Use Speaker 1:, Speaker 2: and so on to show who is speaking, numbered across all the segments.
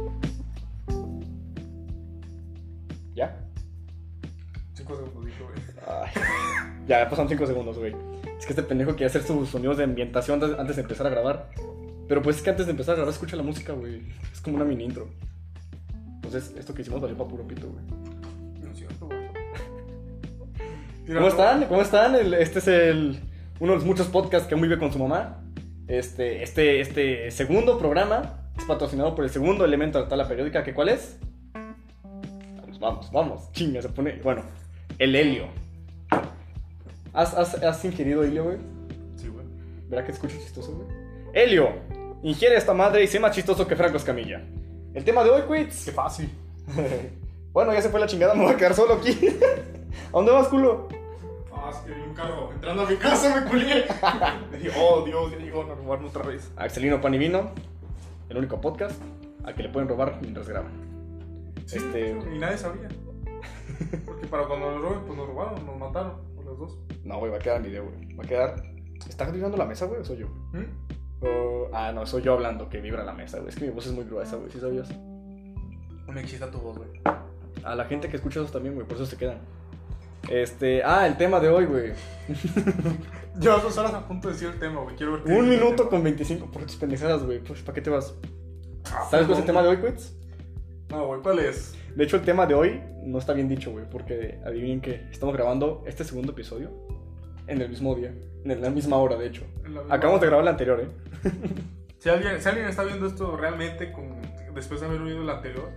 Speaker 1: pues,
Speaker 2: Ya pasan 5 segundos, güey. Es que este pendejo quería hacer sus sonidos de ambientación antes, antes de empezar a grabar. Pero pues es que antes de empezar a grabar, escucha la música, güey. Es como una mini intro. Entonces, esto que hicimos valió para puro pito, güey.
Speaker 1: No es cierto, güey.
Speaker 2: ¿Cómo están? ¿Cómo están? El- este es el, uno de los muchos podcasts que aún vive con su mamá. Este, este, este segundo programa es patrocinado por el segundo elemento de la tabla periódica, que ¿cuál es? Vamos, vamos, vamos. Chinga, se pone... Bueno, el helio. ¿Has, has, has ingerido helio, güey?
Speaker 1: Sí, güey.
Speaker 2: ¿Verdad que escucho chistoso, güey? Helio, ingiere esta madre y sé más chistoso que Franco Escamilla. El tema de hoy,
Speaker 1: Qué
Speaker 2: quits.
Speaker 1: fácil.
Speaker 2: bueno, ya se fue la chingada, me voy a quedar solo aquí. ¿A dónde vas, culo?
Speaker 1: Ah, es que vi un carro. Entrando a mi casa me culié. Dije, oh, Dios, ya llegó a robarme otra vez.
Speaker 2: Axelino Pan y Vino, el único podcast al que le pueden robar mientras graban.
Speaker 1: Sí,
Speaker 2: Este-
Speaker 1: Y nadie sabía. Porque para cuando nos roben, pues nos robaron, nos mataron, por los dos.
Speaker 2: No, güey, va a quedar en video, güey. Va a quedar. ¿Está vibrando la mesa, güey, o soy yo?
Speaker 1: ¿Mm?
Speaker 2: O- Ah, no, soy yo hablando que vibra la mesa, güey. Es que mi voz es muy gruesa, güey, ¿sí sabías?
Speaker 1: Me excita tu voz, güey.
Speaker 2: A la gente que escucha eso también, güey, por eso se quedan. Este, ah, el tema de hoy, güey.
Speaker 1: Llevas dos horas a punto de decir el tema, güey. Quiero ver qué
Speaker 2: Un
Speaker 1: dice el
Speaker 2: minuto
Speaker 1: tema.
Speaker 2: con 25 por tus pendejadas, güey. Pues, ¿para qué te vas?
Speaker 1: Ah,
Speaker 2: ¿Sabes cuál es el
Speaker 1: perdón.
Speaker 2: tema de hoy, Quits?
Speaker 1: No, güey, ¿cuál es?
Speaker 2: De hecho, el tema de hoy no está bien dicho, güey, porque adivinen que estamos grabando este segundo episodio en el mismo día, en la misma hora, de hecho. Acabamos de grabar el anterior, ¿eh?
Speaker 1: Si alguien, si alguien está viendo esto realmente con, después de haber oído el anterior,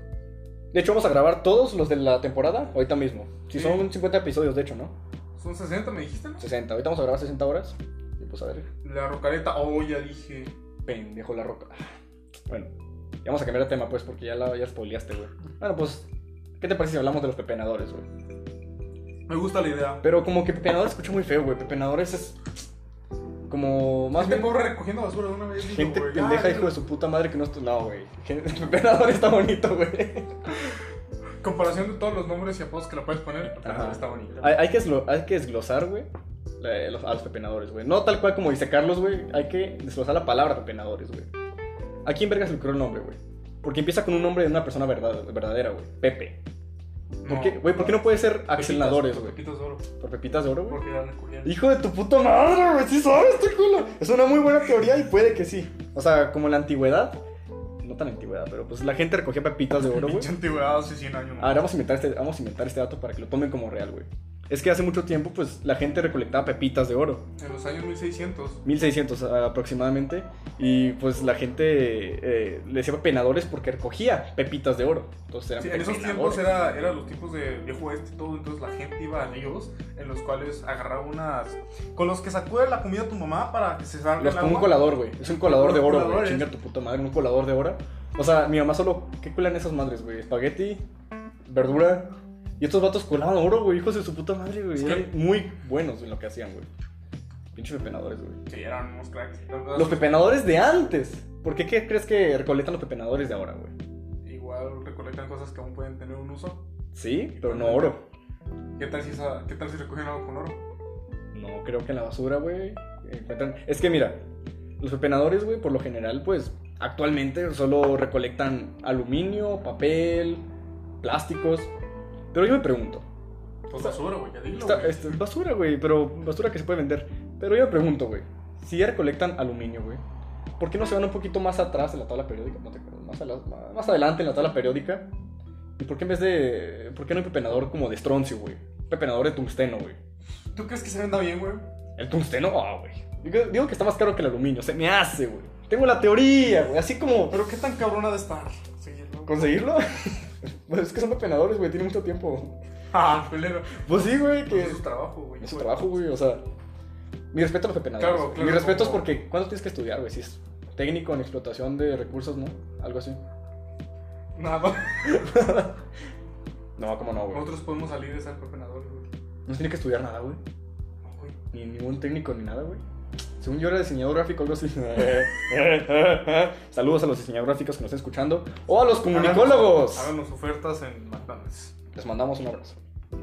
Speaker 2: De hecho, vamos a grabar todos los de la temporada ahorita mismo. Si
Speaker 1: Sí.
Speaker 2: son 50 episodios, de hecho, ¿no?
Speaker 1: son 60, me dijiste, ¿no?
Speaker 2: 60. Ahorita vamos a grabar 60 horas. Y pues a ver,
Speaker 1: La rocareta, oh, ya dije.
Speaker 2: pendejo la roca. Bueno, ya vamos a cambiar de tema, pues, porque ya la ya spoileaste, güey. Bueno, pues, ¿qué te parece si hablamos de los pepenadores, güey?
Speaker 1: Me gusta la idea.
Speaker 2: Pero como que pepenadores escucha muy feo, güey. Pepenadores es como más
Speaker 1: Gente
Speaker 2: bien
Speaker 1: pobre recogiendo basura de una vez. digo,
Speaker 2: gente
Speaker 1: güey,
Speaker 2: pendeja,
Speaker 1: ah,
Speaker 2: hijo de su puta madre que no es tu lado, güey. Gente- Pepenador está bonito, güey.
Speaker 1: Comparación de todos los nombres y apodos que le puedes poner,
Speaker 2: Ajá. Ah,
Speaker 1: está bonito.
Speaker 2: Hay, hay que, eslo- hay que desglosar, güey, la- los- a los pepenadores, güey. No tal cual como dice Carlos, güey. Hay que desglosar la palabra pepenadores, güey. ¿A quién verga se le ocurrió el nombre, güey? Porque empieza con un nombre de una persona verdad- verdadera, güey. Pepe. ¿Por qué, güey, ¿por qué no puede ser axeladores, güey?
Speaker 1: Pepitos de oro.
Speaker 2: ¿Por pepitas de oro, güey?
Speaker 1: Porque ya le cogían.
Speaker 2: Hijo de tu puta madre, güey, sí sabes, tu culo. Es una muy buena teoría y puede que sí. O sea, como en la antigüedad, no tan antigüedad, pero pues la gente recogía pepitas de oro, güey.
Speaker 1: Pinche antigüedad hace 100 años. ¿no?
Speaker 2: Ahora vamos a inventar este, vamos a inventar este dato para que lo tomen como real, güey. Es que hace mucho tiempo, pues la gente recolectaba pepitas de oro,
Speaker 1: En los años 1600.
Speaker 2: 1600 aproximadamente, y pues la gente eh, le decía penadores porque recogía pepitas de oro. Entonces eran
Speaker 1: Sí, en esos
Speaker 2: pepenadores.
Speaker 1: tiempos era, eran los tiempos de viejo este y todo, entonces la gente iba a ríos en los cuales agarraba unas... Con los que sacude la comida tu mamá para que se salga
Speaker 2: Los
Speaker 1: el
Speaker 2: como un
Speaker 1: agua.
Speaker 2: colador, güey. Es un colador de
Speaker 1: Los
Speaker 2: oro, güey.
Speaker 1: coladores.
Speaker 2: Chinga tu puta madre, un colador de oro. O sea, mi mamá solo. ¿Qué cuelan esas madres, güey? Espagueti, verdura. Y estos vatos colaban oro, güey. Hijos de su puta madre, güey.
Speaker 1: Es que-
Speaker 2: Eran Muy buenos en lo que hacían, güey. Pinches pepenadores, güey.
Speaker 1: Sí, eran unos cracks.
Speaker 2: Los pepenadores de antes. ¿Por qué, qué crees que recolectan los pepenadores de ahora, güey?
Speaker 1: Igual recolectan cosas que aún pueden tener un uso.
Speaker 2: Sí, pero no oro.
Speaker 1: ¿Qué tal si, esa- qué tal si recogen algo con oro?
Speaker 2: No, creo que en la basura, güey. Encuentran. Es que mira, los pepenadores, güey, por lo general, pues actualmente solo recolectan aluminio, papel, plásticos. Pero yo me pregunto.
Speaker 1: Pues basura, güey, ya dilo,
Speaker 2: esta-
Speaker 1: güey.
Speaker 2: esta- este, basura, güey, pero basura que se puede vender. Pero yo me pregunto, güey, si ya recolectan aluminio, güey, ¿por qué no se van un poquito más atrás en la tabla periódica? No te creo, más, a la- más- más adelante en la tabla periódica. ¿Y por qué en vez de. ¿Por qué no hay pepenador como de estroncio, güey? Pepenador de tungsteno, güey.
Speaker 1: ¿Tú crees que se venda bien, güey?
Speaker 2: El tungsteno, ah, güey. Digo, digo que está más caro que el aluminio, se me hace, güey. Tengo la teoría, güey. Así como.
Speaker 1: Pero qué tan cabrona de estar. Seguirlo.
Speaker 2: ¿Conseguirlo? pues es que son pepenadores, güey, tiene mucho tiempo.
Speaker 1: Ah, pelero.
Speaker 2: Pues sí, güey,
Speaker 1: Pues
Speaker 2: que.
Speaker 1: es su trabajo, güey.
Speaker 2: Es su trabajo, güey, o sea. Mi respeto a los pepenadores.
Speaker 1: Claro, claro,
Speaker 2: mi respeto
Speaker 1: como-
Speaker 2: es porque. ¿Cuándo tienes que estudiar, güey? Si es técnico en explotación de recursos, ¿no? Algo así.
Speaker 1: Nada.
Speaker 2: No, cómo no, güey.
Speaker 1: Nosotros podemos salir de ser pepenadores, güey.
Speaker 2: No tiene que estudiar nada, güey.
Speaker 1: No, güey.
Speaker 2: Ni ningún técnico ni nada, güey. Según yo era diseñador gráfico, algo así. Saludos a los diseñadores gráficos que nos están escuchando. O a los comunicólogos.
Speaker 1: Háganos ofertas en McDonald's.
Speaker 2: Les mandamos un abrazo.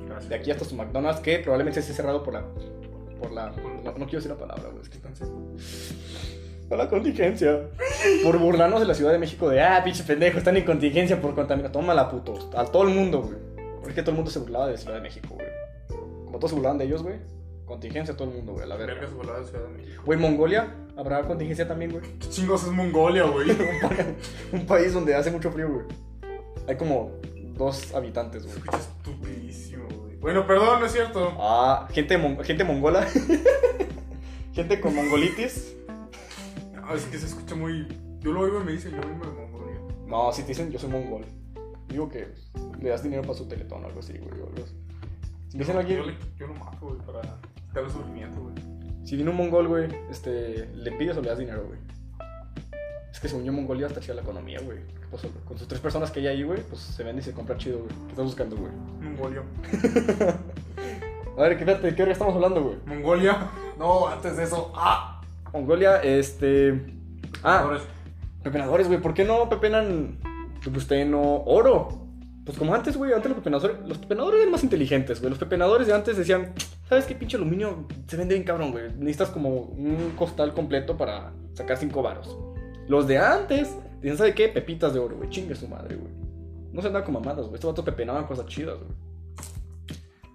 Speaker 1: Gracias.
Speaker 2: De aquí hasta su McDonald's, que probablemente esté cerrado por la. Por la. No, no quiero decir la palabra, güey. Es que
Speaker 1: Entonces,
Speaker 2: Por la contingencia. Por burlarnos de la Ciudad de México de, ah, pinche pendejo, están en contingencia por contaminar. Tómala, puto. A todo el mundo, güey. Porque todo el mundo se burlaba de la Ciudad de México, güey. Como todos se burlaban de ellos, güey. Contingencia a todo el mundo, güey, a la
Speaker 1: Verga
Speaker 2: verga.
Speaker 1: se volaba de Ciudad de México.
Speaker 2: Güey, Mongolia, habrá contingencia también, güey.
Speaker 1: ¿Qué chingos es Mongolia, güey?
Speaker 2: Un país donde hace mucho frío, güey. Hay como dos habitantes, güey.
Speaker 1: Escucha estupidísimo, güey. Bueno, perdón, no es cierto.
Speaker 2: Ah, gente, mon- gente mongola. gente con mongolitis.
Speaker 1: No, Ah, es que se escucha muy. Yo lo oigo y me dice, yo vengo de Mongolia.
Speaker 2: No, si te dicen yo soy mongol. Digo que le das dinero para su teletón o algo así, güey. o algo así. Si me dicen
Speaker 1: Yo-
Speaker 2: aquí,
Speaker 1: Yo, le- yo lo mato, güey, para quitar el sufrimiento, güey.
Speaker 2: si viene un mongol, güey, este, le pides o le das dinero, güey. Es que según yo, Mongolia está chida la economía, güey. ¿Qué pasó, güey? Con sus tres personas que hay ahí, güey, pues se vende y se compra chido, güey. ¿Qué estás buscando, güey?
Speaker 1: Mongolia.
Speaker 2: A ver, ¿qué, espérate, ¿de qué hora estamos hablando, güey?
Speaker 1: Mongolia. No, antes de eso. ¡Ah!
Speaker 2: Mongolia, este. Ah,
Speaker 1: Ahora,
Speaker 2: pepenadores, güey. ¿Por qué no pepenan tungsteno, oro? Pues como antes, güey, antes los pepenadores, los pepenadores eran más inteligentes, güey. Los pepenadores de antes decían, ¿sabes qué pinche aluminio se vende bien cabrón, güey? Necesitas como un costal completo para sacar cinco varos. Los de antes decían, ¿sabes qué? Pepitas de oro, güey. Chingue su madre, güey. No se andaban con mamadas, güey. Estos vatos pepenaban cosas chidas, güey.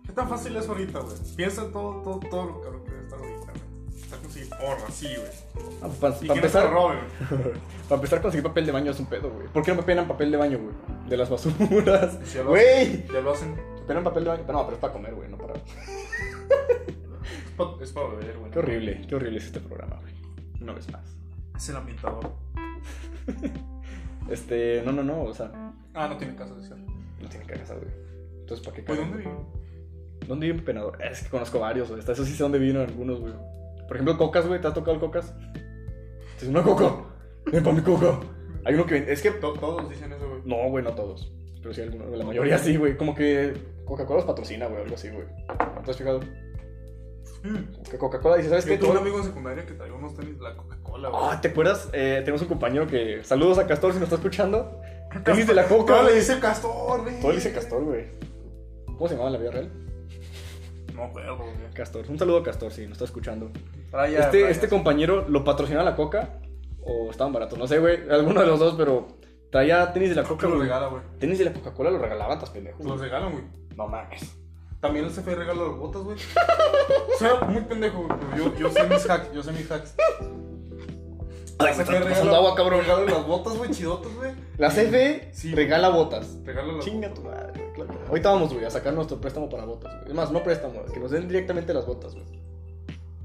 Speaker 1: ¿Qué tan fácil es ahorita, güey? Piensa en todo, todo, todo lo cabrón que debe estar ahorita, güey. Está conseguir porra, sí, güey.
Speaker 2: Ah, pues, para, para
Speaker 1: Y que no te
Speaker 2: empezar,
Speaker 1: roben.
Speaker 2: Para empezar, conseguir papel de baño es un pedo, güey. ¿Por qué no me penan papel de baño, güey? De las basuras.
Speaker 1: Sí, lo
Speaker 2: Güey.
Speaker 1: Ya lo hacen.
Speaker 2: Me Penan papel de baño. Pero no, pero es para comer, güey, no para.
Speaker 1: Es pa- Es para beber, güey.
Speaker 2: Qué horrible, qué horrible es este programa, güey. Una vez más.
Speaker 1: Es el ambientador.
Speaker 2: Este, no, no, no, o sea,
Speaker 1: Ah, no tiene caso de ser. Pues,
Speaker 2: no tiene que casar, güey. Entonces, ¿para qué cagan?
Speaker 1: ¿dónde vive?
Speaker 2: ¿Dónde vive un penador? Ah, Es que conozco varios, güey. Hasta Eso sí sé dónde viven algunos, güey. Por ejemplo, Cocas, güey. ¿Te has tocado el Cocas? Este, Es una Coca. Ven para mi Coca. Hay uno que. Es que
Speaker 1: To- Todos dicen eso, güey.
Speaker 2: No, güey, no todos. Pero sí algunos, güey, la mayoría sí, güey. Como que Coca-Cola los patrocina, güey, algo así, güey. ¿No ¿Te has fijado?
Speaker 1: Mm.
Speaker 2: Como Que Coca-Cola dice, ¿sabes
Speaker 1: Yo
Speaker 2: qué?
Speaker 1: tuve un
Speaker 2: Todo-
Speaker 1: amigo en secundaria que traía unos tenis de la Coca-Cola, güey.
Speaker 2: Ah, ¿te acuerdas? Eh, tenemos un compañero que... Saludos a Castor si nos está escuchando. Tenis de la Coca.
Speaker 1: Todo le
Speaker 2: güey.
Speaker 1: dice Castor, güey.
Speaker 2: Todo le dice Castor, güey. ¿Cómo se llamaba en la vida real?
Speaker 1: No acuerdo, güey.
Speaker 2: Castor. Un saludo a Castor si nos está escuchando.
Speaker 1: Raya,
Speaker 2: este,
Speaker 1: raya.
Speaker 2: este compañero lo patrocinó la Coca. O estaban baratos, no sé, güey. Alguno de los dos, pero traía tenis de la
Speaker 1: Creo que
Speaker 2: Coca,
Speaker 1: lo
Speaker 2: güey.
Speaker 1: regala, güey.
Speaker 2: Tenis de la Coca-Cola lo regalaban, estás pendejo.
Speaker 1: Los
Speaker 2: güey.
Speaker 1: regalan, güey.
Speaker 2: No mames.
Speaker 1: También el CFE regala las botas, güey. O sea, muy pendejo, güey. pero Yo, yo sé mis hacks, yo sé mis hacks.
Speaker 2: Ay,
Speaker 1: Ah, El
Speaker 2: me está
Speaker 1: CFE
Speaker 2: pasando agua, cabrón.
Speaker 1: Regala las botas, güey, chidotas, güey.
Speaker 2: La CFE
Speaker 1: Sí.
Speaker 2: regala botas.
Speaker 1: Regala las
Speaker 2: Chinga tu madre, güey, claro. Ahorita vamos, güey, a sacar nuestro préstamo para botas, güey. Es más, no préstamo, que nos den directamente las botas, güey.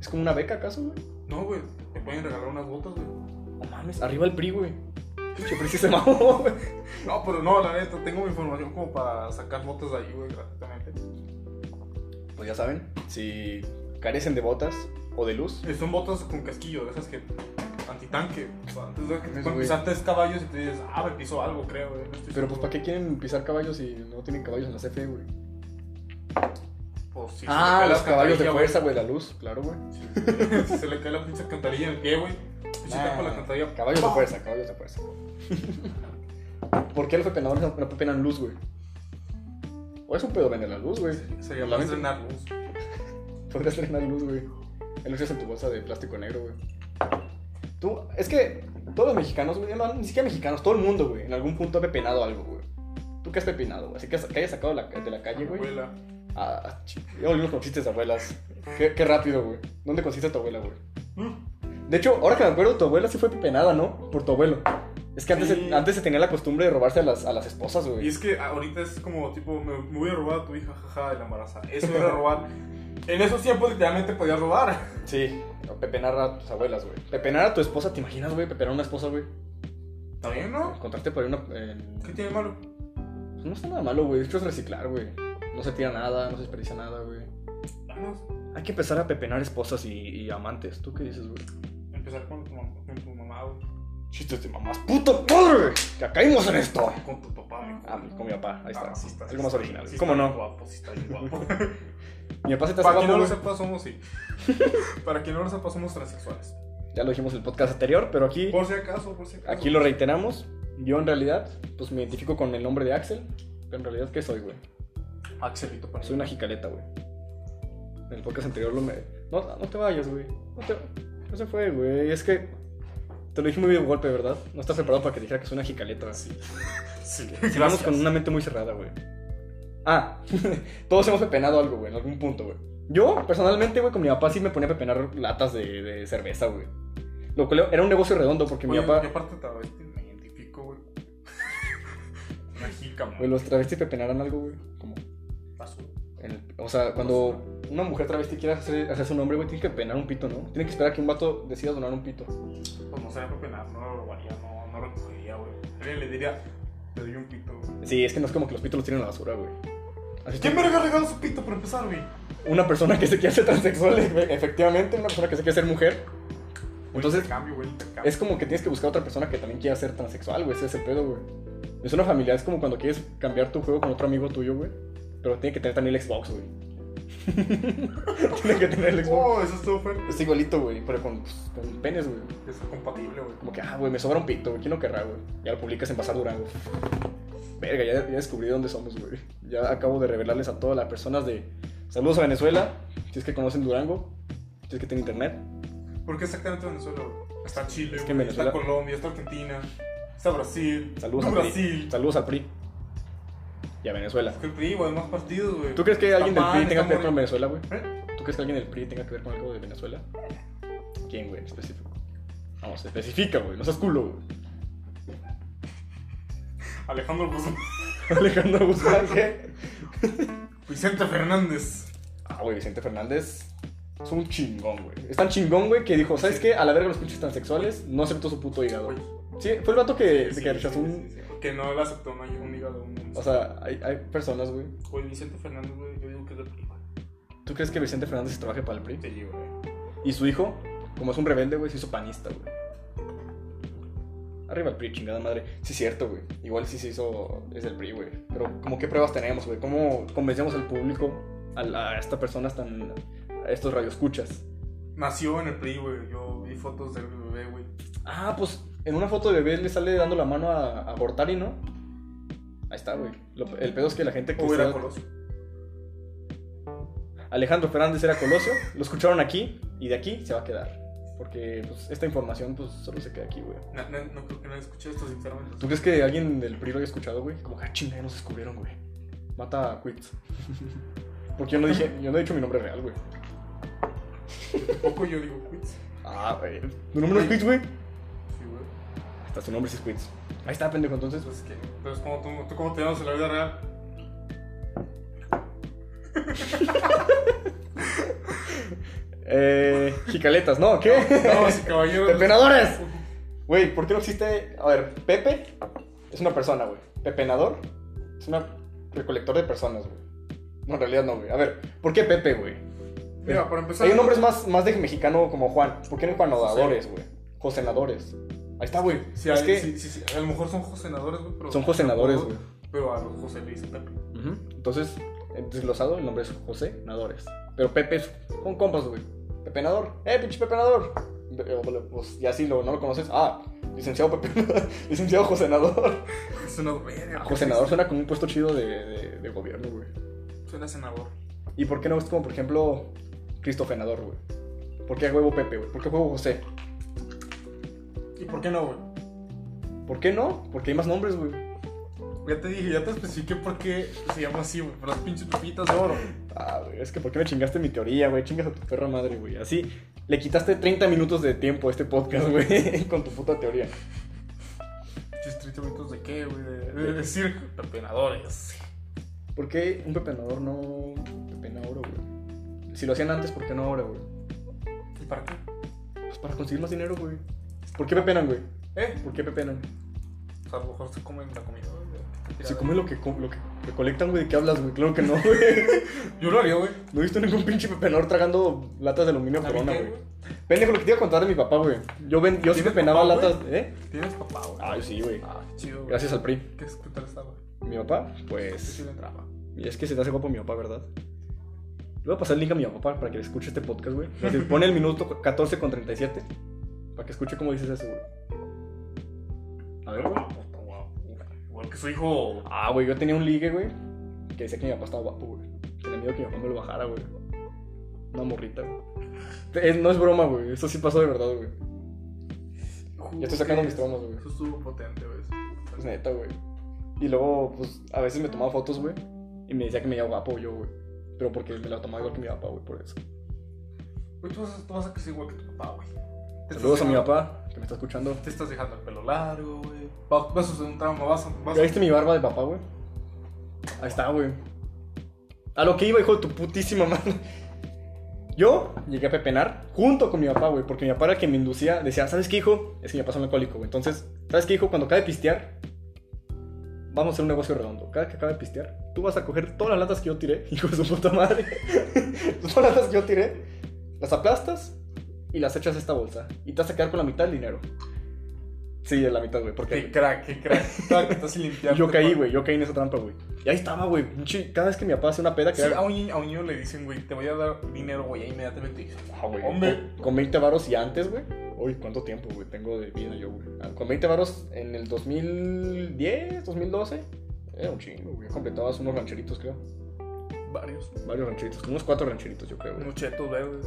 Speaker 2: ¿Es como una beca acaso, güey?
Speaker 1: No, güey. Te pueden regalar unas botas, güey.
Speaker 2: No mames, arriba el PRI, güey. Pinche PRI sí se mamó, güey.
Speaker 1: No, pero no, la neta, tengo mi información como para sacar botas de ahí, güey, gratuitamente.
Speaker 2: Pues ya saben, si carecen de botas o de luz,
Speaker 1: Eh, Son botas con casquillo, de esas que. antitanque. O sea, antes de que te
Speaker 2: Mames,
Speaker 1: pueden
Speaker 2: güey.
Speaker 1: pisar tres caballos y te dices, ah, me pisó algo, creo, güey. no estoy
Speaker 2: pero pues
Speaker 1: seguro.
Speaker 2: ¿para qué quieren pisar caballos si no tienen caballos en la CFE, güey?
Speaker 1: Pues, si se le
Speaker 2: Ah,
Speaker 1: cae la
Speaker 2: los caballos de
Speaker 1: alcantarilla,
Speaker 2: fuerza, güey, la luz, claro, güey.
Speaker 1: güey, Si se le cae la pinche alcantarilla en el pie, güey. Pinche
Speaker 2: Nah,
Speaker 1: taco la alcantarilla.
Speaker 2: Caballos de
Speaker 1: ¡pah!
Speaker 2: fuerza, caballos de fuerza. ¿Por qué los pepenadores no, no pepenan luz, güey? O es un pedo vender la luz, güey.
Speaker 1: Sería más
Speaker 2: Solamente-
Speaker 1: drenar luz.
Speaker 2: Podrías drenar luz, güey. Ahí Lo echas en tu bolsa de plástico negro, güey. Tú, es que todos los mexicanos, güey, no, ni siquiera mexicanos, todo el mundo, güey, en algún punto ha pepenado algo, güey. ¿Tú qué has pepinado, güey? Así que, has- que hayas sacado de la, de la calle, güey.
Speaker 1: Abuela.
Speaker 2: Ah, ch- ya volvimos con chistes de abuelas. Qué, qué rápido, güey. ¿Dónde consiste tu abuela, güey? De hecho, ahora que me acuerdo, tu abuela sí fue pepenada, ¿no? Por tu abuelo. Es que antes,
Speaker 1: Sí.
Speaker 2: se, antes se tenía la costumbre de robarse a las, a las esposas,
Speaker 1: Y
Speaker 2: güey.
Speaker 1: es que ahorita es como, tipo, me, me voy a robar a tu hija, jaja, de la embarazada. Eso era robar. En esos tiempos literalmente podías robar.
Speaker 2: Sí, pepenar a tus abuelas, güey. Pepenar a tu esposa, ¿te imaginas, güey? Pepenar a una esposa, güey.
Speaker 1: ¿Está bien, no?
Speaker 2: Encontrarte por ahí una. en-
Speaker 1: ¿Qué tiene de malo?
Speaker 2: Pues, No está nada malo, güey. Esto es reciclar, güey. No se tira nada, no se desperdicia nada, güey.
Speaker 1: Vamos
Speaker 2: Hay que empezar a pepenar esposas y, y amantes. ¿Tú qué dices, güey?
Speaker 1: a empezar con tu, mam- con tu mamá, güey.
Speaker 2: Chistes de mamás. ¡Puta madre! güey! ¡Ya caímos en esto!
Speaker 1: Con tu papá, güey.
Speaker 2: Ah, con mi papá. Ahí está.
Speaker 1: Ah, sí está, sí
Speaker 2: Algo más
Speaker 1: está,
Speaker 2: original.
Speaker 1: sí
Speaker 2: ¿Cómo
Speaker 1: está
Speaker 2: no?
Speaker 1: Guapo, sí está bien guapo.
Speaker 2: Mi papá se te hace
Speaker 1: Para
Speaker 2: guapo,
Speaker 1: quien no lo
Speaker 2: güey.
Speaker 1: sepa, somos sí. Para quien no lo sepa, somos transexuales.
Speaker 2: Ya lo dijimos en el podcast anterior, pero aquí,
Speaker 1: Por si acaso, por si acaso.
Speaker 2: aquí lo reiteramos. Yo en realidad, pues me identifico con el nombre de Axel. Pero en realidad, ¿qué soy, güey?
Speaker 1: Axelito para
Speaker 2: Soy una jicaleta, güey. En el podcast anterior lo me... No, no te vayas, güey. No, te... no se fue, güey. Es que... Te lo dije muy bien de golpe, ¿verdad? No estás preparado para que te dijera que soy una jicaleta. güey.
Speaker 1: Sí. Sí,
Speaker 2: Vamos
Speaker 1: gracias.
Speaker 2: con una mente muy cerrada, güey. Ah, todos hemos pepenado algo, güey, en algún punto, güey. Yo, personalmente, güey, con mi papá sí me ponía a pepenar latas de, de cerveza, güey. Lo cual era un negocio redondo porque mi
Speaker 1: Oye,
Speaker 2: papá.
Speaker 1: Yo aparte travesti me identifico, güey. Una jícama.
Speaker 2: Güey, los travestis pepenarán algo, güey. Como.
Speaker 1: Paso.
Speaker 2: en el- o sea, cuando una mujer travesti quiere hacer, hacer su nombre, güey, tiene que pepenar un pito, ¿no? Tiene que esperar a que un vato decida donar un pito.
Speaker 1: Pues no sabía pepenar, no lo robaría, no, no lo recogería, güey. Alguien le diría, te doy un pito, güey.
Speaker 2: Sí, es que no es como que los pitos los tienen a la basura, güey. Así
Speaker 1: ¿Quién
Speaker 2: que-
Speaker 1: me regaló su pito para empezar, güey?
Speaker 2: Una persona que se quiere hacer transexual, efe- efectivamente, una persona que se quiere hacer mujer. Entonces,
Speaker 1: cambio, güey, intercambio.
Speaker 2: es como que tienes que buscar otra persona que también quiera ser transexual, güey. Ese es el pedo, güey. Es una familia, es como cuando quieres cambiar tu juego con otro amigo tuyo, güey. Pero tiene que tener también el Xbox, güey. tiene que tener el Xbox.
Speaker 1: Oh, eso estuvo fuerte.
Speaker 2: Es igualito, güey, pero con, pues, con penes, güey.
Speaker 1: Es compatible, güey.
Speaker 2: Como que, ah, güey, me sobra un pito, güey. ¿Quién lo querrá, güey? Ya lo publicas en Pasar Durango. Verga, ya, ya descubrí dónde somos, güey. Ya acabo de revelarles a todas las personas de saludos a Venezuela. Si es que conocen Durango, si es que tienen internet.
Speaker 1: ¿Por qué exactamente Venezuela, güey? Está Chile,
Speaker 2: Es que en
Speaker 1: güey,
Speaker 2: Venezuela-
Speaker 1: está Colombia, está Argentina, está Brasil,
Speaker 2: Saludos
Speaker 1: tú
Speaker 2: al
Speaker 1: Brasil.
Speaker 2: PRI. Saludos al PRI. Y a Venezuela.
Speaker 1: Es que el PRI, güey, hay más partidos, güey.
Speaker 2: ¿Tú crees que
Speaker 1: Está
Speaker 2: alguien del
Speaker 1: PAN,
Speaker 2: PRI tenga
Speaker 1: está
Speaker 2: que ver con
Speaker 1: Morena.
Speaker 2: Venezuela, güey?
Speaker 1: ¿Eh?
Speaker 2: ¿Tú crees que alguien del PRI tenga que ver con algo de Venezuela? ¿Quién, güey, en específico? Vamos, especifica, güey. No seas culo, güey.
Speaker 1: Alejandro Guzmán.
Speaker 2: Alejandro Guzmán, ¿qué?
Speaker 1: Vicente Fernández.
Speaker 2: Ah, güey, Vicente Fernández es un chingón, güey. Es tan chingón, güey, que dijo, ¿sabes qué? A la verga los pinches transexuales, no aceptó su puto hígado.
Speaker 1: Güey.
Speaker 2: Sí, fue el vato que,
Speaker 1: Sí,
Speaker 2: Eh, que
Speaker 1: sí,
Speaker 2: rechazó
Speaker 1: sí,
Speaker 2: un...
Speaker 1: sí, sí. Que no le aceptó un, un hígado. Un...
Speaker 2: O sea, hay, hay personas, güey.
Speaker 1: Güey, Vicente Fernández, güey, yo digo que es del PRI, güey.
Speaker 2: ¿Tú crees que Vicente Fernández trabaje para el PRI?
Speaker 1: Sí, güey.
Speaker 2: Y su hijo, como es un rebelde, güey, se hizo panista, güey. Arriba el PRI, chingada madre. Sí, cierto, güey. Igual sí se hizo, es el PRI, güey. Pero, ¿cómo qué pruebas tenemos, güey? ¿Cómo convencemos al público, a, la- a estas personas tan... a estos radioescuchas?
Speaker 1: Nació en el PRI, güey. Yo vi fotos del bebé, güey.
Speaker 2: Ah, pues en una foto de bebé le sale dando la mano a, a Gortari, ¿no? Ahí está, güey. Lo- El pedo es que la gente que
Speaker 1: O era
Speaker 2: sea-
Speaker 1: Colosio.
Speaker 2: Alejandro Fernández era Colosio, lo escucharon aquí y de aquí se va a quedar. Porque pues, esta información pues solo se queda aquí, güey.
Speaker 1: No, no, no creo que nadie escuche esto, sinceramente.
Speaker 2: ¿Tú crees que alguien del PRI lo haya escuchado, güey? Como, ah, chinga, ya nos descubrieron, güey. Mata a Quicks. Porque yo no dije, yo no he dicho mi nombre real, güey.
Speaker 1: Tampoco yo digo quits.
Speaker 2: Ah, güey. ¿Tu nombre no es Quicks, güey?
Speaker 1: Sí, güey. Pues
Speaker 2: Hasta su nombre sí es Quicks. Ahí está, pendejo, entonces.
Speaker 1: Entonces, ¿qué? Entonces, ¿cómo tú, tú cómo te llamas en la vida real?
Speaker 2: Eh. Jicaletas, ¿no? ¿Qué?
Speaker 1: No, sí, caballero.
Speaker 2: ¡Pepenadores! Güey, ¿por qué no existe? A ver, Pepe es una persona, güey. Pepenador es un recolector de personas, güey. No, en realidad no, güey. A ver, ¿por qué Pepe, güey?
Speaker 1: Mira, para empezar.
Speaker 2: Hay nombres más, más de mexicano como Juan. ¿Por qué no Juanodadores, güey? Josenadores. Ahí está, güey.
Speaker 1: Sí,
Speaker 2: es
Speaker 1: hay-
Speaker 2: que
Speaker 1: sí, sí, sí, A lo mejor son josenadores, güey. pero-
Speaker 2: son Josenadores, güey.
Speaker 1: Pero a los José le dicen Pepe.
Speaker 2: Ujú. Entonces, en desglosado, el nombre es José Nadores. Pero Pepe es con compas, güey. Pepenador. ¡Eh, pinche Pepenador! Pues ya si lo, no lo conoces. Ah, licenciado Pepe. licenciado José Nador.
Speaker 1: Es una verga.
Speaker 2: Ah, José Nador suena como un puesto chido de, de- de gobierno, güey.
Speaker 1: Suena a senador.
Speaker 2: ¿Y por qué no es como, por ejemplo, Cristofenador, güey? ¿Por qué huevo Pepe, güey? ¿Por qué huevo José?
Speaker 1: ¿Y por qué no, güey?
Speaker 2: ¿Por qué no? Porque hay más nombres, güey.
Speaker 1: Ya te dije, ya te especifiqué por qué se llama así, güey. Por las pinches pepitas de oro.
Speaker 2: Ah, güey, es que ¿por qué me chingaste mi teoría, güey? Chingas a tu perra madre, güey. Así le quitaste 30 minutos de tiempo a este podcast, güey, con tu puta teoría.
Speaker 1: Pinches 30 minutos de qué, güey. De, de decir pepenadores.
Speaker 2: ¿Por qué un pepenador no pepena oro, güey? Si lo hacían antes, ¿por qué no ahora, güey?
Speaker 1: ¿Y para qué?
Speaker 2: Pues para conseguir más dinero, güey. ¿Por qué pepenan, güey?
Speaker 1: ¿Eh?
Speaker 2: ¿Por qué pepenan?
Speaker 1: O sea, a lo mejor se comen la comida, güey.
Speaker 2: Se come lo que, co- lo que recolectan, güey. ¿De qué hablas, güey? Claro que no, güey.
Speaker 1: Yo lo haría, güey.
Speaker 2: No he visto ningún pinche pepenador tragando latas de aluminio
Speaker 1: ¿También
Speaker 2: corona,
Speaker 1: qué,
Speaker 2: güey. Pendejo, lo que te iba a contar de mi papá, güey. Yo, ven, yo sí
Speaker 1: ¿Tienes
Speaker 2: pepenaba
Speaker 1: papá,
Speaker 2: latas, ¿eh?
Speaker 1: Tienes papá, güey.
Speaker 2: Ah, yo sí, güey.
Speaker 1: Ah, qué chido, güey.
Speaker 2: Gracias al PRI.
Speaker 1: ¿Qué, es- qué tal está, güey?
Speaker 2: Mi papá,
Speaker 1: ¿Qué
Speaker 2: pues.
Speaker 1: sí le entraba?
Speaker 2: Y es que se te hace guapo mi papá, ¿verdad? Le voy a pasar el link a mi papá para que le escuche este podcast, güey. Le voy a decir, Pone el minuto 14 con 37 para que escuche cómo dices eso, güey. A ver, güey.
Speaker 1: Puta, guau. Igual que su hijo.
Speaker 2: Ah, güey, yo tenía un ligue, güey, que decía que mi papá estaba guapo, güey. Tenía miedo que mi papá me lo bajara, güey. Una morrita, güey. Eh, No es broma, güey. Eso sí pasó de verdad, güey. Ya estoy sacando mis traumas, güey.
Speaker 1: Eso estuvo potente, güey.
Speaker 2: Es pues, neta, güey. Y luego, pues, a veces me tomaba fotos, güey. Y me decía que me veía guapo yo, güey. Pero porque me la tomaba igual que mi papá, güey, por eso.
Speaker 1: Güey, tú vas, tú vas a crecer igual que tu papá, güey. Te estás
Speaker 2: Saludos a mi
Speaker 1: dejando-
Speaker 2: papá, que me está escuchando.
Speaker 1: Te estás dejando el pelo largo, güey. Va- Vas a hacer un trauma, vas a. Vas
Speaker 2: ¿Ya
Speaker 1: a-
Speaker 2: viste mi barba de papá, güey? Ahí está, güey. A lo que iba, hijo de tu putísima madre. Yo llegué a pepenar junto con mi papá, güey, porque mi papá era el que me inducía. Decía, ¿sabes qué, hijo? Es que mi papá es un alcohólico, güey. Entonces, ¿sabes qué, hijo? Cuando acabe de pistear, vamos a hacer un negocio redondo. Cada que acabe de pistear, tú vas a coger todas las latas que yo tiré, hijo de su puta madre. todas las latas que yo tiré, las aplastas y las echas a esta bolsa. Y te vas a quedar con la mitad del dinero. Sí, la mitad, güey, porque...
Speaker 1: Qué crack, qué crack. Estaba que estás sin limpiar.
Speaker 2: Yo caí, güey, yo caí en esa trampa, güey. Y ahí estaba, güey. pinche- Cada vez que mi papá hace una peda,
Speaker 1: Sí, ah,
Speaker 2: que
Speaker 1: a un, niño, a un niño le dicen, güey, te voy a dar dinero, güey, e inmediatamente. dice, Hombre.
Speaker 2: Ah, Con 20 varos y antes, güey. Uy, ¿cuánto tiempo, güey? Tengo de vida yo, güey. Ah, Con 20 varos en el 2010, 2012. Era un chingo, güey. Completabas unos rancheritos, creo.
Speaker 1: Varios.
Speaker 2: Varios rancheritos. Unos cuatro rancheritos, yo creo, güey.
Speaker 1: Unos chetos verdes.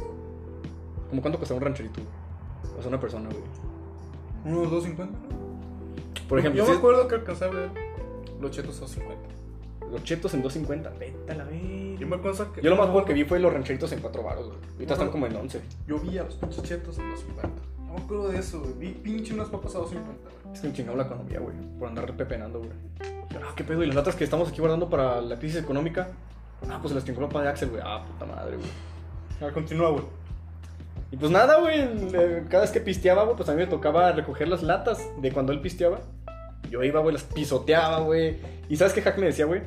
Speaker 2: ¿Cómo cuánto costaba un rancherito, güey? O sea, una persona, güey.
Speaker 1: Unos 250, ¿no?
Speaker 2: Por ejemplo,
Speaker 1: yo
Speaker 2: si
Speaker 1: me
Speaker 2: es-
Speaker 1: acuerdo que alcancé a ver los chetos a 50.
Speaker 2: los chetos en 2.50. Vete a la verga.
Speaker 1: Yo me acuerdo que.
Speaker 2: Yo lo más bueno que vi fue los rancheritos en 4 varos, güey. Ahorita están como en 11.
Speaker 1: Yo vi a los pinches chetos a los 50. No me acuerdo de eso, güey. Vi pinche unas papas a 250, güey.
Speaker 2: Es que me chingado la economía, güey, por andar pepenando, güey. Y, Ah, qué pedo, y las latas que estamos aquí guardando para la crisis económica. Ah, pues se las chingó la papá de Axel, güey. Ah, puta madre, güey.
Speaker 1: Ah, continúa, güey.
Speaker 2: Y pues nada, güey, el- eh, cada vez que pisteaba, güey, pues a mí me tocaba recoger las latas de cuando él pisteaba. Yo iba, güey, las pisoteaba, güey. ¿Y sabes qué hack me decía, güey?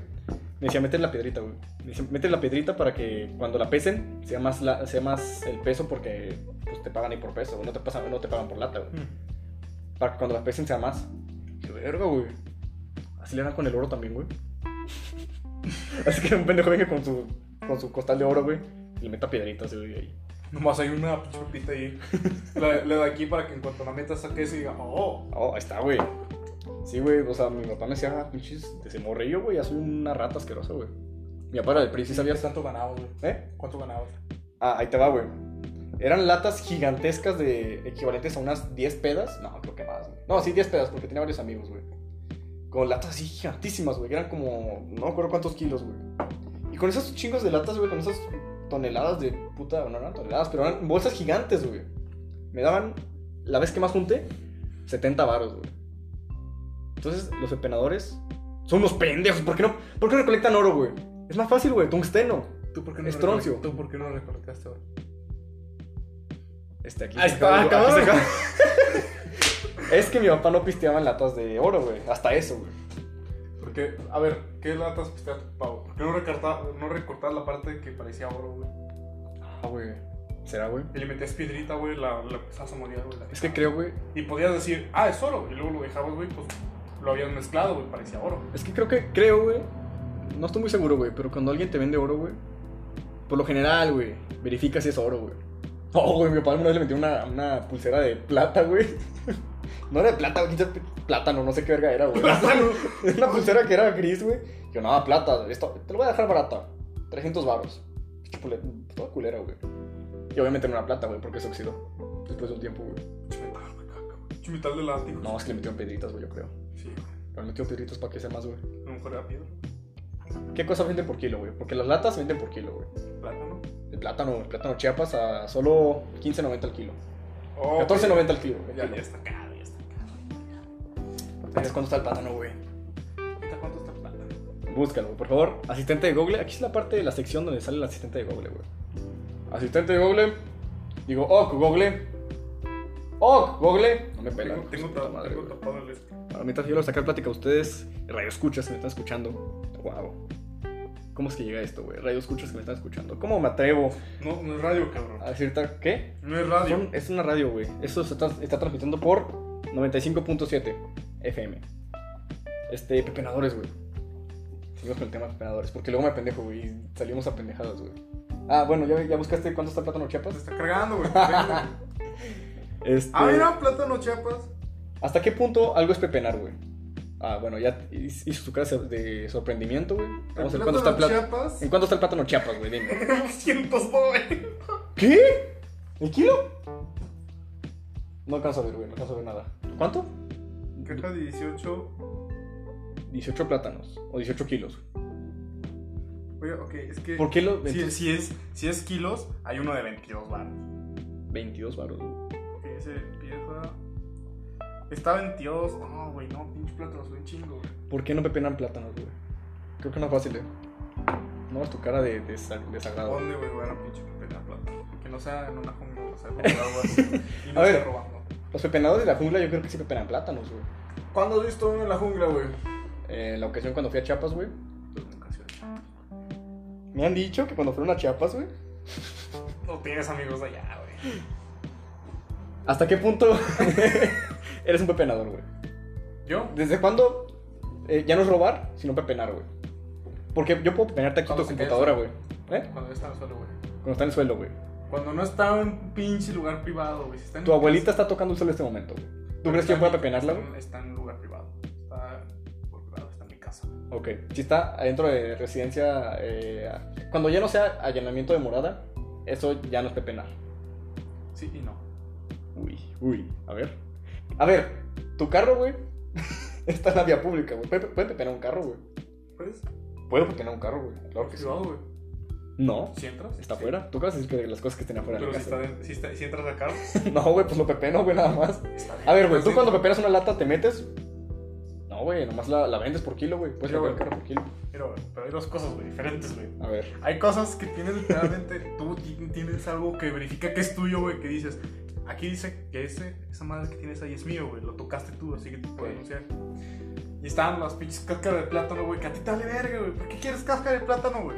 Speaker 2: Me decía, mete la piedrita, güey. Me decía, mete la piedrita para que cuando la pesen sea más, la- sea más el peso porque pues, te pagan ahí por peso, güey. No te, pasa- no te pagan por lata, güey. Para que cuando las pesen sea más. Qué verga, güey. Así le dan con el oro también, güey. Así que un pendejo venga con su, con su costal de oro, güey. Y le meta piedritas, güey, ahí.
Speaker 1: Nomás hay una pinche pepita ahí. La, la de aquí para que en cuanto la meta saque se diga, oh.
Speaker 2: Oh, ahí está, güey. Sí, güey, o sea, mi papá me decía, ah, pinches, de ese morrillo, güey, ya soy una rata asquerosa, güey. Mi papá era del PRI, ¿sí
Speaker 1: ¿Sabías
Speaker 2: sabías?
Speaker 1: cuánto ganabas, güey?
Speaker 2: ¿Eh?
Speaker 1: ¿Cuánto ganabas?
Speaker 2: Ah, ahí te va, güey. Eran latas gigantescas de equivalentes a unas 10 pedas. No, creo que más, güey. No, sí, 10 pedas, porque tenía varios amigos, güey. Con latas así gigantísimas, güey. que Eran como, no me acuerdo cuántos kilos, güey. Y con esos chingos de latas, güey, con esas toneladas de puta, no eran toneladas, pero eran bolsas gigantes, güey. Me daban, la vez que más junté, 70 varos, güey. Entonces, los empenadores son unos pendejos. ¿Por qué no, por qué no recolectan oro, güey? Es más fácil, güey, tungsteno.
Speaker 1: ¿Tú por qué no
Speaker 2: Estroncio.
Speaker 1: recor- ¿Tú por qué no recortaste, güey?
Speaker 2: Este, aquí
Speaker 1: Ahí
Speaker 2: se
Speaker 1: está,
Speaker 2: acaba- aquí
Speaker 1: acabó.
Speaker 2: se acaba. Es que mi papá no pisteaba en latas de oro, güey. Hasta eso, güey.
Speaker 1: Porque, a ver, ¿qué latas pisteaste a tu pavo? ¿Por qué no recortar, no recortar la parte que parecía oro, güey?
Speaker 2: Ah, güey. ¿Será, güey?
Speaker 1: Y le metías piedrita, güey, la, la empezabas a morir, güey. la
Speaker 2: Es que
Speaker 1: dejabas.
Speaker 2: creo, güey.
Speaker 1: Y podías decir, ah, es oro. Y luego lo dejabas, güey, pues lo habían mezclado, güey, parecía oro.
Speaker 2: Es que creo que, creo, güey. No estoy muy seguro, güey. Pero cuando alguien te vende oro, güey. Por lo general, güey. Verifica si es oro, güey. Oh, güey, mi papá alguna vez le metió una, una pulsera de plata, güey. No era de plata, güey. quizá Plátano, no sé qué verga era, güey. una pulsera que era gris, güey. Yo, no, plata, esto, te lo voy a dejar barata. 300 baros. Chupule, toda culera, güey. Y obviamente no era plata, güey, porque se oxidó. Después de un tiempo, güey.
Speaker 1: Chimetal, güey, caca, güey. Chimetal de látigo.
Speaker 2: No, es que le metieron piedritas, güey, yo creo.
Speaker 1: Sí, güey.
Speaker 2: Pero le metieron piedritas para que sea más, güey.
Speaker 1: A lo mejor era piedra.
Speaker 2: ¿Qué cosa venden por kilo, güey? Porque las latas se venden por kilo, güey.
Speaker 1: Plátano.
Speaker 2: El plátano, el plátano Chiapas a solo 15.90 al kilo.
Speaker 1: Oh,
Speaker 2: 14.90 al kilo.
Speaker 1: güey.
Speaker 2: el
Speaker 1: Ya,
Speaker 2: kilo.
Speaker 1: ya está caro, ya está caro.
Speaker 2: ¿Sabes cuánto está el plátano, güey?
Speaker 1: ¿Ahorita cuánto está el plátano?
Speaker 2: Búscalo, por favor. Asistente de Google. Aquí es la parte de la sección donde sale el asistente de Google, güey. Asistente de Google. Digo, ok, Google. Ok, Google. No me pela.
Speaker 1: Tengo, tengo,
Speaker 2: su pues, puta
Speaker 1: tap-
Speaker 2: madre,
Speaker 1: tengo
Speaker 2: güey.
Speaker 1: tapado el este.
Speaker 2: Ahora, mientras yo lo sacar plática a ustedes, radio escuchas que me están escuchando. Wow. ¿Cómo es que llega esto, güey? Radio escuchas que me están escuchando. ¿Cómo me atrevo
Speaker 1: No, no es radio, cabrón.
Speaker 2: a decirte qué?
Speaker 1: No es radio.
Speaker 2: Ah, Son- es una radio, güey. Eso se está, está transmitiendo por 95.7 FM. Este, pepenadores, güey. Seguimos con el tema de pepenadores, porque luego me pendejo, güey, y salimos a pendejadas, güey. Ah, bueno, ¿ya, ya buscaste cuánto está el plátano Chiapas?
Speaker 1: Se está cargando, güey. Ah,
Speaker 2: Este,
Speaker 1: mira, plátano chiapas.
Speaker 2: ¿Hasta qué punto algo es pepenar, güey? Ah, bueno, ya hizo su cara de sorprendimiento, güey. Vamos a ver cuánto está el
Speaker 1: plátano
Speaker 2: plátano.
Speaker 1: chiapas.
Speaker 2: ¿En cuánto está el plátano Chiapas, güey? Dime.
Speaker 1: 290.
Speaker 2: ¿Qué? ¿El kilo? No alcanzo a ver, güey, no alcanzo a ver nada. ¿Cuánto?
Speaker 1: Caja 18.
Speaker 2: 18 plátanos o 18 kilos.
Speaker 1: Oye, ok, es que.
Speaker 2: ¿Por qué lo.?
Speaker 1: Si,
Speaker 2: entonces,
Speaker 1: si es, si es kilos, hay uno de 22 baros.
Speaker 2: 22 baros.
Speaker 1: Ok, ese empieza. Está 22. No, güey, no, pinche plátano, soy un chingo, güey.
Speaker 2: ¿Por qué no pepenan plátanos, güey? Creo que no es fácil, eh. No es tu cara de, de, sa- de sagrado.
Speaker 1: ¿Dónde, güey, voy a dar pinche pepena plátano? Que no sea en una jungla, o sea, robar algo así. Y no
Speaker 2: A
Speaker 1: esté
Speaker 2: ver.
Speaker 1: robando.
Speaker 2: Los pepenados de la jungla, yo creo que sí pepenan plátanos, güey.
Speaker 1: ¿Cuándo has visto uno en la jungla, güey?
Speaker 2: Eh, la ocasión cuando fui a Chiapas, güey.
Speaker 1: Pues nunca se ve.
Speaker 2: Me han dicho que cuando fueron a Chiapas, güey.
Speaker 1: No tienes amigos allá, güey.
Speaker 2: ¿Hasta qué punto eres un pepenador, güey?
Speaker 1: ¿Yo?
Speaker 2: ¿Desde cuándo eh, ya no es robar, sino pepenar, güey? Porque yo puedo pepenarte aquí en tu
Speaker 1: Cuando se quede
Speaker 2: computadora, güey. ¿Eh?
Speaker 1: Cuando yo estaba solo, güey.
Speaker 2: Cuando está en el suelo, güey.
Speaker 1: Cuando no estaba en un pinche lugar privado, güey. Si está en
Speaker 2: Tu
Speaker 1: mi
Speaker 2: abuelita está tocando el suelo en este momento, güey. ¿Tú crees que yo pueda pepenarla, güey?
Speaker 1: Está, en un lugar privado. Está en lugar privado, está en mi casa.
Speaker 2: Ok. Si está adentro de residencia. eh, cuando ya no sea allanamiento de morada, eso ya no es pepenar.
Speaker 1: Sí y no.
Speaker 2: Uy, uy. A ver. A ver, tu carro, güey. está en la vía pública, güey. Puede puede pepenar un carro, güey.
Speaker 1: Pues,
Speaker 2: Puedo pepenar un carro, güey. Claro que sí.
Speaker 1: privado, güey.
Speaker 2: No.
Speaker 1: Si entras.
Speaker 2: Está
Speaker 1: sí.
Speaker 2: afuera. Tú acabas de decir que las cosas que estén afuera. de
Speaker 1: Pero
Speaker 2: la
Speaker 1: si,
Speaker 2: casa.
Speaker 1: está de- si, está- si entras acá,
Speaker 2: No, güey, pues lo pepeno, güey, nada más. A ver, güey, tú cuando pepenas una lata, ¿te metes? No, güey, nomás la, la vendes por kilo, güey. Puedes
Speaker 1: Sí,
Speaker 2: pepenar
Speaker 1: güey.
Speaker 2: el carro por kilo.
Speaker 1: Pero, pero hay dos cosas, güey, diferentes, güey.
Speaker 2: A ver.
Speaker 1: Hay cosas que tienes literalmente, tú ti- tienes algo que verifica que es tuyo, güey, que dices, aquí dice que ese, esa madre que tienes ahí es mío, güey, lo tocaste tú, así que te puedo
Speaker 2: Ok.
Speaker 1: denunciar. Y estaban las pinches cáscaras de plátano, güey, que a ti te vale verga, güey, ¿por qué quieres cáscara de plátano, güey?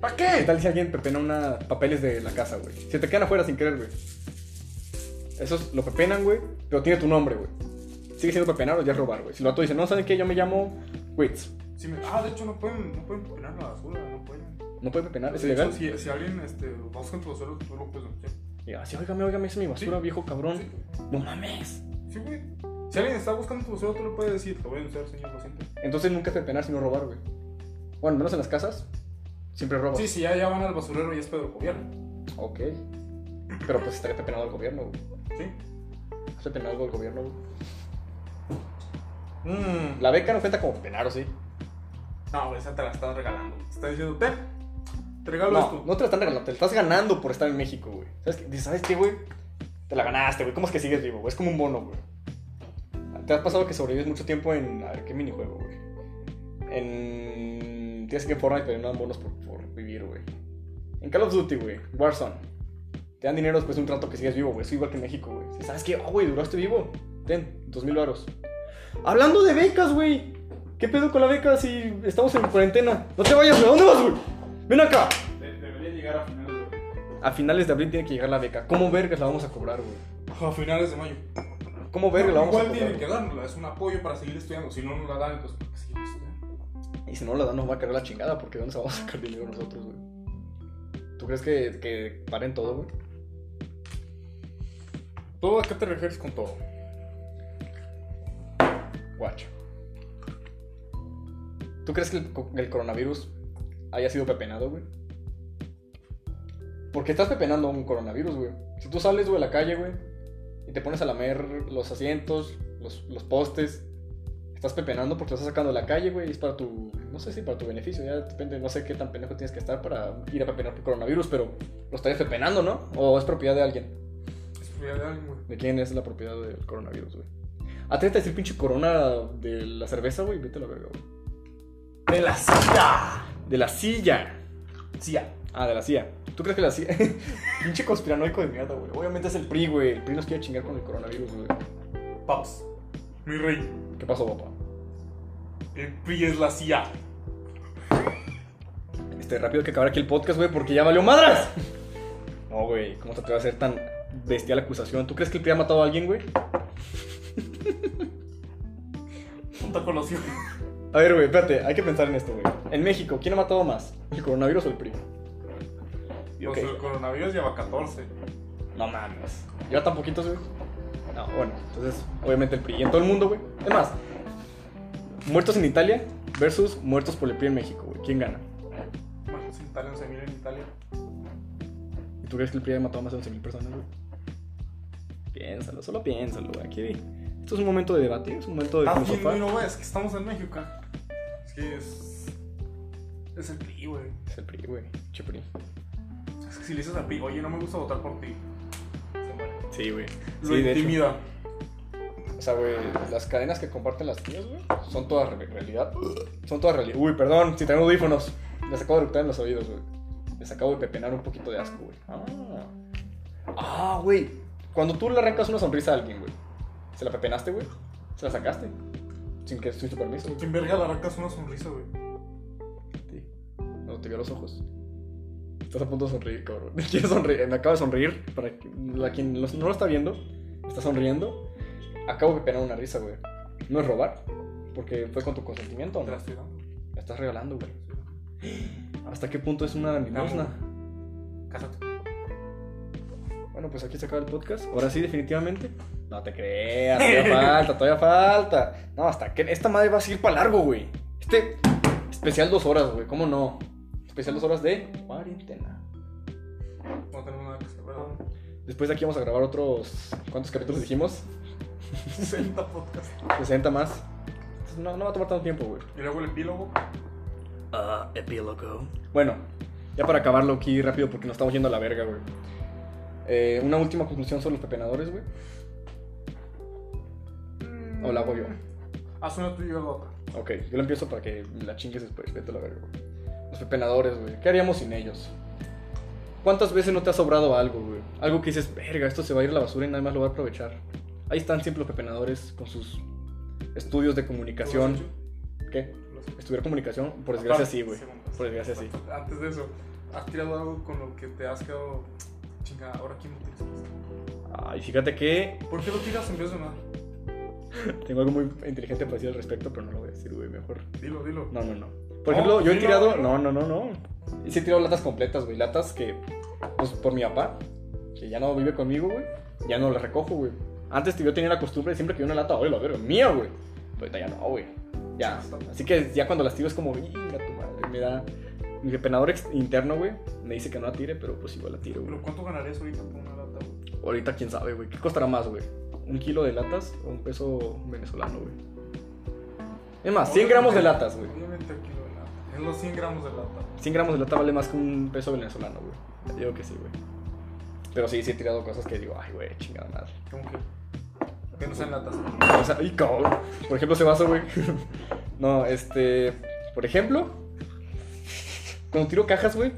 Speaker 1: ¿Para
Speaker 2: ¿Qué
Speaker 1: qué?
Speaker 2: tal si alguien pepena una papeles de la casa, güey? Se te quedan afuera sin querer, güey. Esos lo pepenan, güey, pero tiene tu nombre, güey. Sigue siendo pepenar o ya es robar, güey. Si lo vato dice, no, ¿saben qué? Yo me llamo Witz.
Speaker 1: Si me- ah, de hecho, no pueden, no pueden poner la basura, no pueden.
Speaker 2: No puede pepenar, Ah, es
Speaker 1: De hecho,
Speaker 2: ilegal.
Speaker 1: Si, si alguien, este, vas contra los suelos, tú lo puedes denunciar.
Speaker 2: Y así, óigame, óigame, esa es mi basura,
Speaker 1: Sí.
Speaker 2: viejo cabrón.
Speaker 1: Sí.
Speaker 2: No mames.
Speaker 1: Sí, güey. Si alguien está buscando tu museo, tú le puedes decir, te voy a denunciar, señor, lo siento.
Speaker 2: Entonces nunca es pepenar sino robar, güey. Bueno, al menos en las casas, siempre robo.
Speaker 1: Sí, sí, ya, ya van al basurero y es pedo del gobierno.
Speaker 2: Ok. Pero pues estaría pepenado el gobierno, güey.
Speaker 1: Sí.
Speaker 2: Has pepenado algo el gobierno, güey.
Speaker 1: Mm.
Speaker 2: La beca no cuenta como pepenar, ¿o sí?
Speaker 1: No, güey, esa te la estás regalando. Te está diciendo, ten, te regalo
Speaker 2: No,
Speaker 1: esto.
Speaker 2: no te la están regalando, te la estás ganando por estar en México, güey. ¿Sabes qué? Dices, ¿Sabes qué, güey? Te la ganaste, güey. ¿Cómo es que sigues vivo? güey? Es como un bono, güey. ¿Te ha pasado que sobrevives mucho tiempo en... A ver, ¿qué minijuego, güey? En... Tienes que en Fortnite te dan bonos por, por vivir, güey. En Call of Duty, güey. Warzone. Te dan dinero después de un rato que sigues vivo, güey. Es igual que en México, güey. Si ¿Sabes qué? Ah, güey, duraste vivo. Ten, dos mil varos. Hablando de becas, güey. ¿Qué pedo con la beca si estamos en cuarentena? No te vayas, güey. ¿Dónde vas, güey? Ven acá.
Speaker 1: debería llegar a finales de
Speaker 2: A finales de abril tiene que llegar la beca. ¿Cómo vergas la vamos a cobrar, güey?
Speaker 1: mayo. A finales de mayo.
Speaker 2: ¿Cómo vergas Ah, la vamos a
Speaker 1: Igual
Speaker 2: cobrar?
Speaker 1: tienen que dárnosla, es un apoyo para seguir estudiando. Si no nos la dan, pues, entonces, ¿para qué seguimos estudiando?
Speaker 2: güey? Y si no la dan, nos va a cargar la chingada porque ¿de ¿dónde se vamos a sacar dinero nosotros, güey? ¿Tú crees que, que paren todo, güey?
Speaker 1: ¿Todo a qué te refieres con todo?
Speaker 2: Guacho. ¿Tú crees que el, co- el coronavirus haya sido pepenado, güey? Porque estás pepenando un coronavirus, güey. Si tú sales, güey, a la calle, güey, y te pones a lamer los asientos, los, los postes, estás pepenando porque lo estás sacando de la calle, güey, y es para tu, no sé si para tu beneficio, ya depende, no sé qué tan pendejo tienes que estar para ir a pepenar por coronavirus, pero lo estarías pepenando, ¿no? ¿O es propiedad de alguien?
Speaker 1: Es propiedad de alguien, güey.
Speaker 2: ¿De quién es la propiedad del coronavirus, güey? Atrévete a decir pinche corona de la cerveza, güey. Vete a la verga, güey.
Speaker 1: ¡De la silla!
Speaker 2: De la silla.
Speaker 1: Silla.
Speaker 2: Ah, de la CIA. ¿Tú crees que la CIA? pinche conspiranoico de mierda, güey. Obviamente es el PRI, güey. El PRI nos quiere chingar con el coronavirus, güey.
Speaker 1: Paps. Mi rey.
Speaker 2: ¿Qué pasó, papá?
Speaker 1: El PRI es la CIA.
Speaker 2: Este, rápido hay que acabar aquí el podcast, güey, porque ya valió madras. No, güey. ¿Cómo te atreves a hacer tan bestial acusación? ¿Tú crees que el PRI ha matado a alguien, güey?
Speaker 1: No te conoció.
Speaker 2: A ver, güey, espérate. Hay que pensar en esto, güey. En México, ¿quién ha matado más? ¿El coronavirus o el PRI? Ok.
Speaker 1: Pues el coronavirus lleva 14.
Speaker 2: No mames. ¿Lleva tan poquitos, güey? No, bueno, entonces, obviamente el PRI. Y en todo el mundo, güey. Es más, muertos en Italia versus muertos por el PRI en México, güey. ¿Quién gana?
Speaker 1: Imagínate en Italia, 11.000 en Italia.
Speaker 2: ¿Y tú crees que el PRI ha matado a más de 11.000 personas, güey? Piénsalo, solo piénsalo, güey. Aquí, esto es un momento de Ah,
Speaker 1: Ah,
Speaker 2: debate, es un momento de
Speaker 1: Estás viendo
Speaker 2: filosofar.
Speaker 1: y no ves que estamos en México. Es que es. Es el PRI, güey.
Speaker 2: Es el PRI, güey. Che PRI.
Speaker 1: Es que si le dices al PRI, oye, no me gusta votar por ti. Se muere.
Speaker 2: Sí, güey.
Speaker 1: Lo
Speaker 2: Sí, de hecho.
Speaker 1: intimida.
Speaker 2: O sea, güey, las cadenas que comparten las tías, güey, son todas re- realidad. Son todas realidad. Uy, perdón, si tengo audífonos. Les acabo de eructar en los oídos, güey. Les acabo de pepenar un poquito de asco, güey. Ah. Ah, güey. Cuando tú le arrancas una sonrisa a alguien, güey, ¿se la pepenaste, güey? ¿Se la sacaste? Sin que sin tu permiso.
Speaker 1: ¿Quién verga la arrancas una sonrisa, güey?
Speaker 2: Sí. No Este, te vio los ojos. Estás a punto de sonreír, cabrón. Quiero sonreír. Me acaba de sonreír. Para que- la quien los- no lo está viendo, está sonriendo. Acabo de penar una risa, güey. No es robar. Porque fue con tu consentimiento, ¿o
Speaker 1: Te
Speaker 2: ¿no?
Speaker 1: la estoy dando.
Speaker 2: La estás regalando, güey. ¿Hasta qué punto es una limosna?
Speaker 1: Cásate.
Speaker 2: Bueno, pues aquí se acaba el podcast. Ahora sí, definitivamente. No te creas, todavía falta, todavía falta. No, hasta que esta madre va a seguir para largo, güey. Este especial dos horas, güey. ¿Cómo no? Especial dos horas de cuarentena.
Speaker 1: No tenemos nada que hacer, ¿verdad?
Speaker 2: Después de aquí vamos a grabar otros. ¿Cuántos capítulos dijimos?
Speaker 1: 60 podcast.
Speaker 2: 60 más. Entonces, No, no va a tomar tanto tiempo, güey.
Speaker 1: Y luego el epílogo.
Speaker 2: Ah, epílogo. Bueno, ya para acabarlo aquí rápido porque nos estamos yendo a la verga, güey. Eh, una última conclusión sobre los pepenadores, güey. O la hago yo.
Speaker 1: Haz una tuya y yo la otra.
Speaker 2: Ok, yo la empiezo para que la chingues después. Vete a la verga, güey. Los pepenadores, güey. ¿Qué haríamos sin ellos? ¿Cuántas veces no te ha sobrado algo, güey? Algo que dices, verga, esto se va a ir a la basura y nadie más lo va a aprovechar. Ahí están siempre los pepenadores con sus estudios de
Speaker 1: ¿Tú
Speaker 2: comunicación.
Speaker 1: lo has hecho?
Speaker 2: ¿Qué?
Speaker 1: ¿Tú lo has hecho?
Speaker 2: Estudiar comunicación, por desgracia sí, güey.
Speaker 1: Segundo.
Speaker 2: Por desgracia sí.
Speaker 1: Antes de eso, ¿has tirado algo con lo que te has quedado chingada? Ahora aquí me utilizas.
Speaker 2: Ay, fíjate que
Speaker 1: ¿Por qué lo tiras en vez de nada?
Speaker 2: tengo algo muy inteligente para decir al respecto, pero no lo voy a decir, güey, mejor.
Speaker 1: Dilo, dilo.
Speaker 2: No, no, no. Por
Speaker 1: No,
Speaker 2: ejemplo, yo he
Speaker 1: sí,
Speaker 2: tirado. No,
Speaker 1: no,
Speaker 2: no, no, no. Sí he tirado latas completas, güey. Latas que. Pues por mi papá, que ya no vive conmigo, güey. Ya no las recojo, güey. Antes yo tenía la costumbre de siempre que yo una lata, oye, la verga, mía, güey. Pero ahorita ya no, güey. Ya. Así que ya cuando las tiro es como, "Inga tu madre. Me da. Mi penador ex- interno, güey, me dice que no la tire, pero pues igual la tiro, güey.
Speaker 1: ¿Pero cuánto ganarías ahorita por una lata, güey?
Speaker 2: Ahorita quién sabe, güey. ¿Qué costará más, güey? ¿Un kilo de latas o un peso venezolano, güey? Es más, 100 gramos de latas, güey.
Speaker 1: Obviamente el kilo de lata. Es los 100 gramos de lata.
Speaker 2: 100 gramos de lata vale más que un peso venezolano, güey. Digo que sí, güey. Pero sí, sí he tirado cosas que digo, ay, güey, chingada madre.
Speaker 1: ¿Cómo que? Que no sean latas.
Speaker 2: O sea, y cabrón. Por ejemplo, ese vaso, güey. no, este. Por ejemplo, cuando tiro cajas, güey.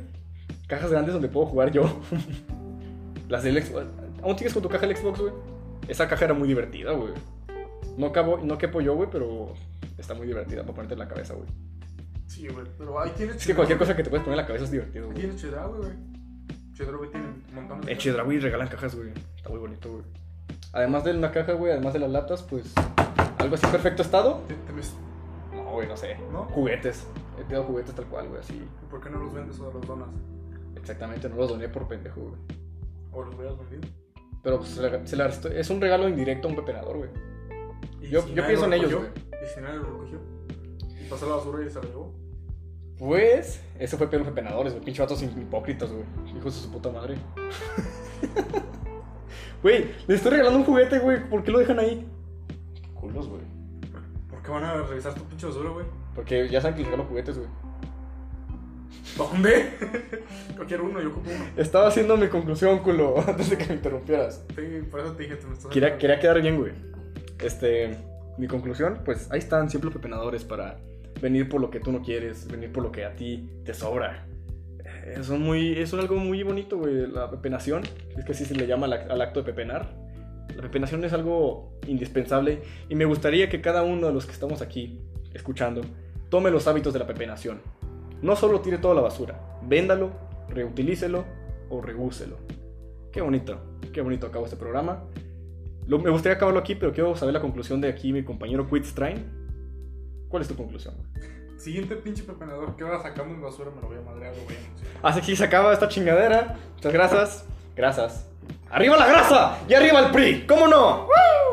Speaker 2: Cajas grandes donde puedo jugar yo. Las del Xbox. ¿Aún sigues con tu caja del Xbox, güey? Esa caja era muy divertida, güey. No, cabo, no quepo yo, güey, pero está muy divertida para ponerte en la cabeza, güey.
Speaker 1: Sí, güey. Pero ahí tiene
Speaker 2: Es que cualquier cosa que te puedes poner en la cabeza es divertido,
Speaker 1: Ahí
Speaker 2: güey.
Speaker 1: tiene cheddar, güey, güey. Cheddar, güey, tiene un montón de.
Speaker 2: En Chedraui regalan cajas, güey. Está muy bonito, güey. Además de una caja, güey, además de las latas, pues. Algo así en perfecto estado.
Speaker 1: Te- te ves-
Speaker 2: No, güey, no sé.
Speaker 1: ¿No?
Speaker 2: Juguetes. He tirado juguetes tal cual, güey, así.
Speaker 1: ¿Por qué no los vendes o los donas?
Speaker 2: Exactamente, no los doné por pendejo, güey.
Speaker 1: ¿O los hubieras vendido?
Speaker 2: Pero pues, se la- se la- es un regalo indirecto a un pepenador, güey.
Speaker 1: Y
Speaker 2: Yo,
Speaker 1: si
Speaker 2: yo
Speaker 1: nadie
Speaker 2: pienso en
Speaker 1: lo
Speaker 2: ellos,
Speaker 1: recogió,
Speaker 2: güey.
Speaker 1: Y si nadie lo recogió. Y pasó a la basura y se la llevó.
Speaker 2: Pues, eso fue pedo de pepenadores, güey. Pinche vatos hipócritas, güey. Hijos de su puta madre. Güey, le estoy regalando un juguete, güey. ¿Por qué lo dejan ahí? Culos, güey.
Speaker 1: ¿Por qué van a revisar tu pinche basura, güey?
Speaker 2: Porque ya saben que les regalo juguetes, güey.
Speaker 1: ¿Dónde? yo quiero uno, yo ocupo uno.
Speaker 2: Estaba haciendo mi conclusión, culo, antes de que me interrumpieras.
Speaker 1: Te- por eso te dije, te me estás.
Speaker 2: Quería, quería quedar bien, güey. Este, mi conclusión, pues ahí están siempre los pepenadores para venir por lo que tú no quieres, venir por lo que a ti te sobra. Eh, Son muy, es algo muy bonito, güey, la pepenación. Es que así se le llama al ac- al acto de pepenar. La pepenación es algo indispensable y me gustaría que cada uno de los que estamos aquí escuchando tome los hábitos de la pepenación. No solo tire toda la basura, véndalo, reutilícelo o reúselo. Qué bonito, qué bonito acabó este programa. Lo- me gustaría acabarlo aquí, pero quiero saber la conclusión de aquí mi compañero Quitstrain. ¿Cuál es tu conclusión? güey?
Speaker 1: Siguiente pinche pepenador que ahora sacamos mi basura me lo voy a madrear, lo voy a anunciar.
Speaker 2: Así que Ah, se acaba esta chingadera. Muchas gracias. Gracias. ¡Arriba la grasa! ¡Y arriba el PRI! ¿Cómo no? ¡Woo!